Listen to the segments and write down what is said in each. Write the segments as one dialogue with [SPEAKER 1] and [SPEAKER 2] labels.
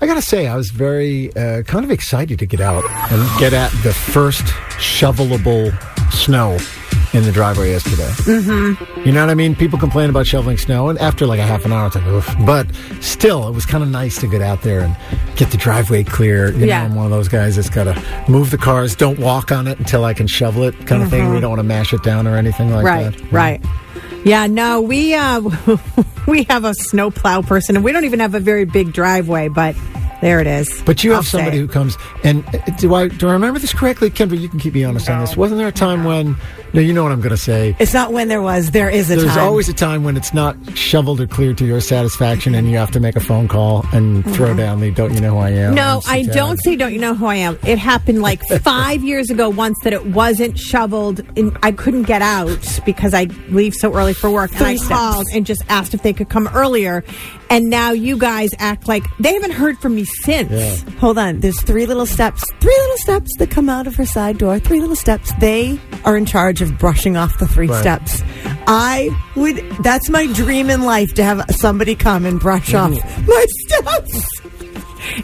[SPEAKER 1] I gotta say, I was very uh, kind of excited to get out and get at the first shovelable snow in the driveway yesterday. Mm-hmm. You know what I mean? People complain about shoveling snow, and after like a half an hour, it's like, oof. But still, it was kind of nice to get out there and get the driveway clear. You
[SPEAKER 2] Yeah.
[SPEAKER 1] know, I'm one of those guys that's gotta move the cars, don't walk on it until I can shovel it, kind of thing. We don't want to mash it down or anything like
[SPEAKER 2] Mm-hmm. right,
[SPEAKER 1] that.
[SPEAKER 2] right. Yeah, no, we uh, we have a snowplow person, and we don't even have a very big driveway, but there it is.
[SPEAKER 1] But you
[SPEAKER 2] I'll
[SPEAKER 1] have
[SPEAKER 2] say
[SPEAKER 1] somebody
[SPEAKER 2] it.
[SPEAKER 1] who comes and uh, do I do I remember this correctly, Kendra? You can keep me honest on this. Wasn't there a time when? No, you know what I'm going to say.
[SPEAKER 2] It's not when there was. There is a
[SPEAKER 1] There's
[SPEAKER 2] time.
[SPEAKER 1] always a time when it's not shoveled or cleared to your satisfaction, and you have to make a phone call and throw down the "Don't you know who I am?"
[SPEAKER 2] Mm-hmm. No,
[SPEAKER 1] I'm
[SPEAKER 2] I
[SPEAKER 1] so
[SPEAKER 2] don't
[SPEAKER 1] tired."
[SPEAKER 2] say don't you know who I am. It happened like five years ago once that it wasn't shoveled and I couldn't get out because I leave so early for work. and I
[SPEAKER 3] Three steps.
[SPEAKER 2] called and just asked if they could come earlier. And now you guys act like they haven't heard from me since.
[SPEAKER 1] Yeah.
[SPEAKER 3] Hold on. There's three little steps. Three little steps that come out of her side door. Three little steps. They are in charge of brushing off the three
[SPEAKER 1] Right.
[SPEAKER 3] steps. I would. That's my dream in life to have somebody come and brush off my steps.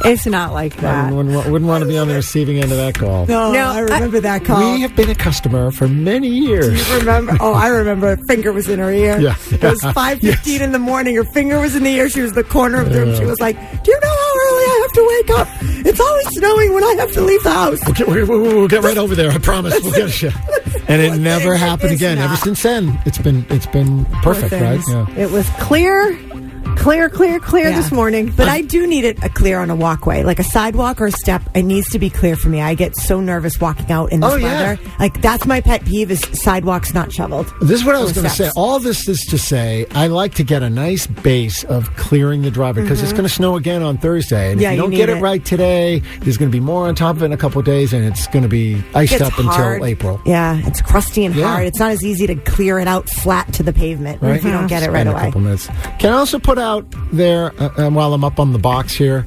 [SPEAKER 2] It's not like
[SPEAKER 1] I
[SPEAKER 2] that.
[SPEAKER 1] wouldn't, wa- wouldn't want to be on the receiving end of that call.
[SPEAKER 3] No,
[SPEAKER 2] No,
[SPEAKER 3] I remember that call.
[SPEAKER 1] We have been a customer for many years.
[SPEAKER 3] remember? Oh, I remember. Her finger was in her ear.
[SPEAKER 1] Yeah.
[SPEAKER 3] It was five fifteen in the morning. Her finger was in the ear. She was the corner of the room. She was like, "Do you know how early I have to wake up? It's always snowing when I have to leave the house."
[SPEAKER 1] We'll get, we- we- we'll get right over there. I promise. We'll get a shot. And it never happened
[SPEAKER 3] It's
[SPEAKER 1] again. Ever
[SPEAKER 3] not.
[SPEAKER 1] since then, it's been it's been perfect, right?
[SPEAKER 3] things.
[SPEAKER 1] Yeah.
[SPEAKER 2] It was clear, clear, clear, clear
[SPEAKER 3] Yeah.
[SPEAKER 2] this morning.
[SPEAKER 3] But I do need it a clear on a walkway, like a sidewalk or a step. It needs to be clear for me. I get so nervous walking out in this
[SPEAKER 1] Oh, yeah.
[SPEAKER 3] weather. Like that's my pet peeve is sidewalks not shoveled.
[SPEAKER 1] This is what I was
[SPEAKER 3] Or
[SPEAKER 1] going to say.
[SPEAKER 3] steps.
[SPEAKER 1] All this is to say, I like to get a nice base of clearing the driveway because it's going to snow again on Thursday. And
[SPEAKER 3] Mm-hmm. Yeah,
[SPEAKER 1] if you
[SPEAKER 3] you
[SPEAKER 1] don't
[SPEAKER 3] need
[SPEAKER 1] get it,
[SPEAKER 3] it.
[SPEAKER 1] right today, there's going to be more on top of it in a couple of days, and it's going to be iced
[SPEAKER 3] It's
[SPEAKER 1] up
[SPEAKER 3] hard. Mm-hmm.
[SPEAKER 1] until April.
[SPEAKER 3] Yeah, it's crusty and
[SPEAKER 1] Yeah.
[SPEAKER 3] hard. It's not as easy to clear it out flat to the pavement
[SPEAKER 1] Right?
[SPEAKER 3] if you don't get it right
[SPEAKER 1] Spend A
[SPEAKER 3] away.
[SPEAKER 1] couple minutes. Can I also put out there uh, um, while I'm up on the box here?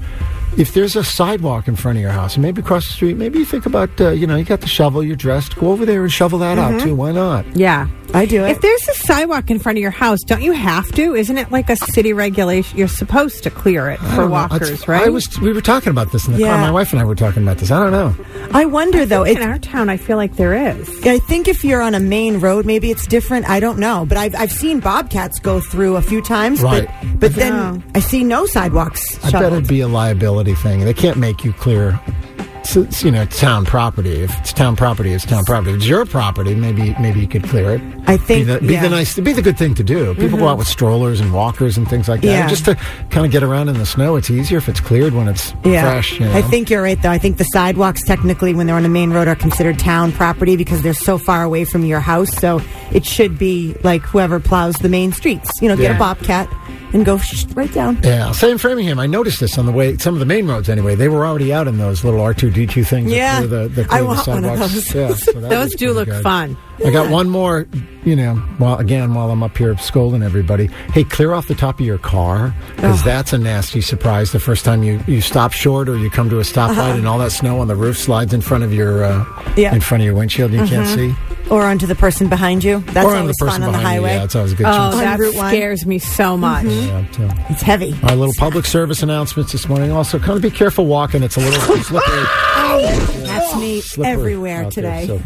[SPEAKER 1] If there's a sidewalk in front of your house, and maybe across the street, maybe you think about uh, you know you got the shovel, you're dressed, go over there and shovel that out
[SPEAKER 3] Mm-hmm.
[SPEAKER 1] too. Why not?
[SPEAKER 2] Yeah.
[SPEAKER 3] I do it.
[SPEAKER 2] If there's a sidewalk in front of your house, don't you have to? Isn't it like a city regulation? You're supposed to clear it
[SPEAKER 1] I
[SPEAKER 2] for
[SPEAKER 1] don't know.
[SPEAKER 2] walkers,
[SPEAKER 1] It's-
[SPEAKER 2] right?
[SPEAKER 1] I was we were talking about this in the car.
[SPEAKER 3] Yeah.
[SPEAKER 1] My wife and I were talking about this. I don't know.
[SPEAKER 3] I wonder though.
[SPEAKER 2] in
[SPEAKER 3] it-
[SPEAKER 2] our town, I feel like there is.
[SPEAKER 3] I think if you're on a main road, maybe it's different. I don't know, but I've, I've seen bobcats go through a few times.
[SPEAKER 1] Right.
[SPEAKER 3] But, but then
[SPEAKER 2] Yeah.
[SPEAKER 3] I see no sidewalks.
[SPEAKER 1] I bet
[SPEAKER 3] shoveled.
[SPEAKER 1] it'd be a liability thing. They can't make you clear. s s- you know, it's town property. If it's town property, it's town property. If it's your property, maybe maybe you could clear it.
[SPEAKER 3] I think-
[SPEAKER 1] be the, be
[SPEAKER 3] yeah. Mm-hmm.
[SPEAKER 1] the nice, be the good thing to do. People go out with strollers and walkers and things like that,
[SPEAKER 3] Yeah.
[SPEAKER 1] just to kind of get around in the snow. It's easier if it's cleared when it's fresh. You know?
[SPEAKER 3] I think you're right, though. I think the sidewalks, technically, when they're on a main road, are considered town property because they're so far away from your house. So it should be like whoever plows the main streets, you know, get
[SPEAKER 1] Yeah.
[SPEAKER 3] a bobcat and go sh- right down.
[SPEAKER 1] Yeah, say in Framingham, I noticed this on the way. Some of the main roads, anyway, they were already out in those little R two D two things. that
[SPEAKER 3] Yeah.
[SPEAKER 1] clear the, that
[SPEAKER 3] I
[SPEAKER 1] clear
[SPEAKER 3] want
[SPEAKER 1] the
[SPEAKER 3] one of
[SPEAKER 1] sidewalks.
[SPEAKER 3] those.
[SPEAKER 1] Yeah, so that
[SPEAKER 2] Those
[SPEAKER 1] was pretty
[SPEAKER 2] do look
[SPEAKER 1] good.
[SPEAKER 2] fun.
[SPEAKER 1] I got one more. You know, while again, while I'm up here scolding everybody, hey, clear off the top of your car because that's a nasty surprise. The first time you, you stop short or you come to a stoplight and all that snow on the roof slides in front of your uh,
[SPEAKER 3] Uh-huh. Yeah.
[SPEAKER 1] in front of your windshield, and you can't see,
[SPEAKER 3] Or onto the person behind you. That's
[SPEAKER 1] or on the
[SPEAKER 3] always
[SPEAKER 1] person
[SPEAKER 3] fun on the
[SPEAKER 1] behind
[SPEAKER 3] highway. Oh.
[SPEAKER 1] you. Yeah, it's always a good.
[SPEAKER 2] Oh,
[SPEAKER 1] chance.
[SPEAKER 2] that
[SPEAKER 3] Route one.
[SPEAKER 2] scares me so much.
[SPEAKER 1] Yeah, so-
[SPEAKER 3] It's heavy.
[SPEAKER 1] our little public service announcements this morning. Also, kind of be careful walking. It's a little slippery.
[SPEAKER 3] That's me
[SPEAKER 1] slippery
[SPEAKER 3] everywhere
[SPEAKER 1] out there,
[SPEAKER 3] today.
[SPEAKER 1] so-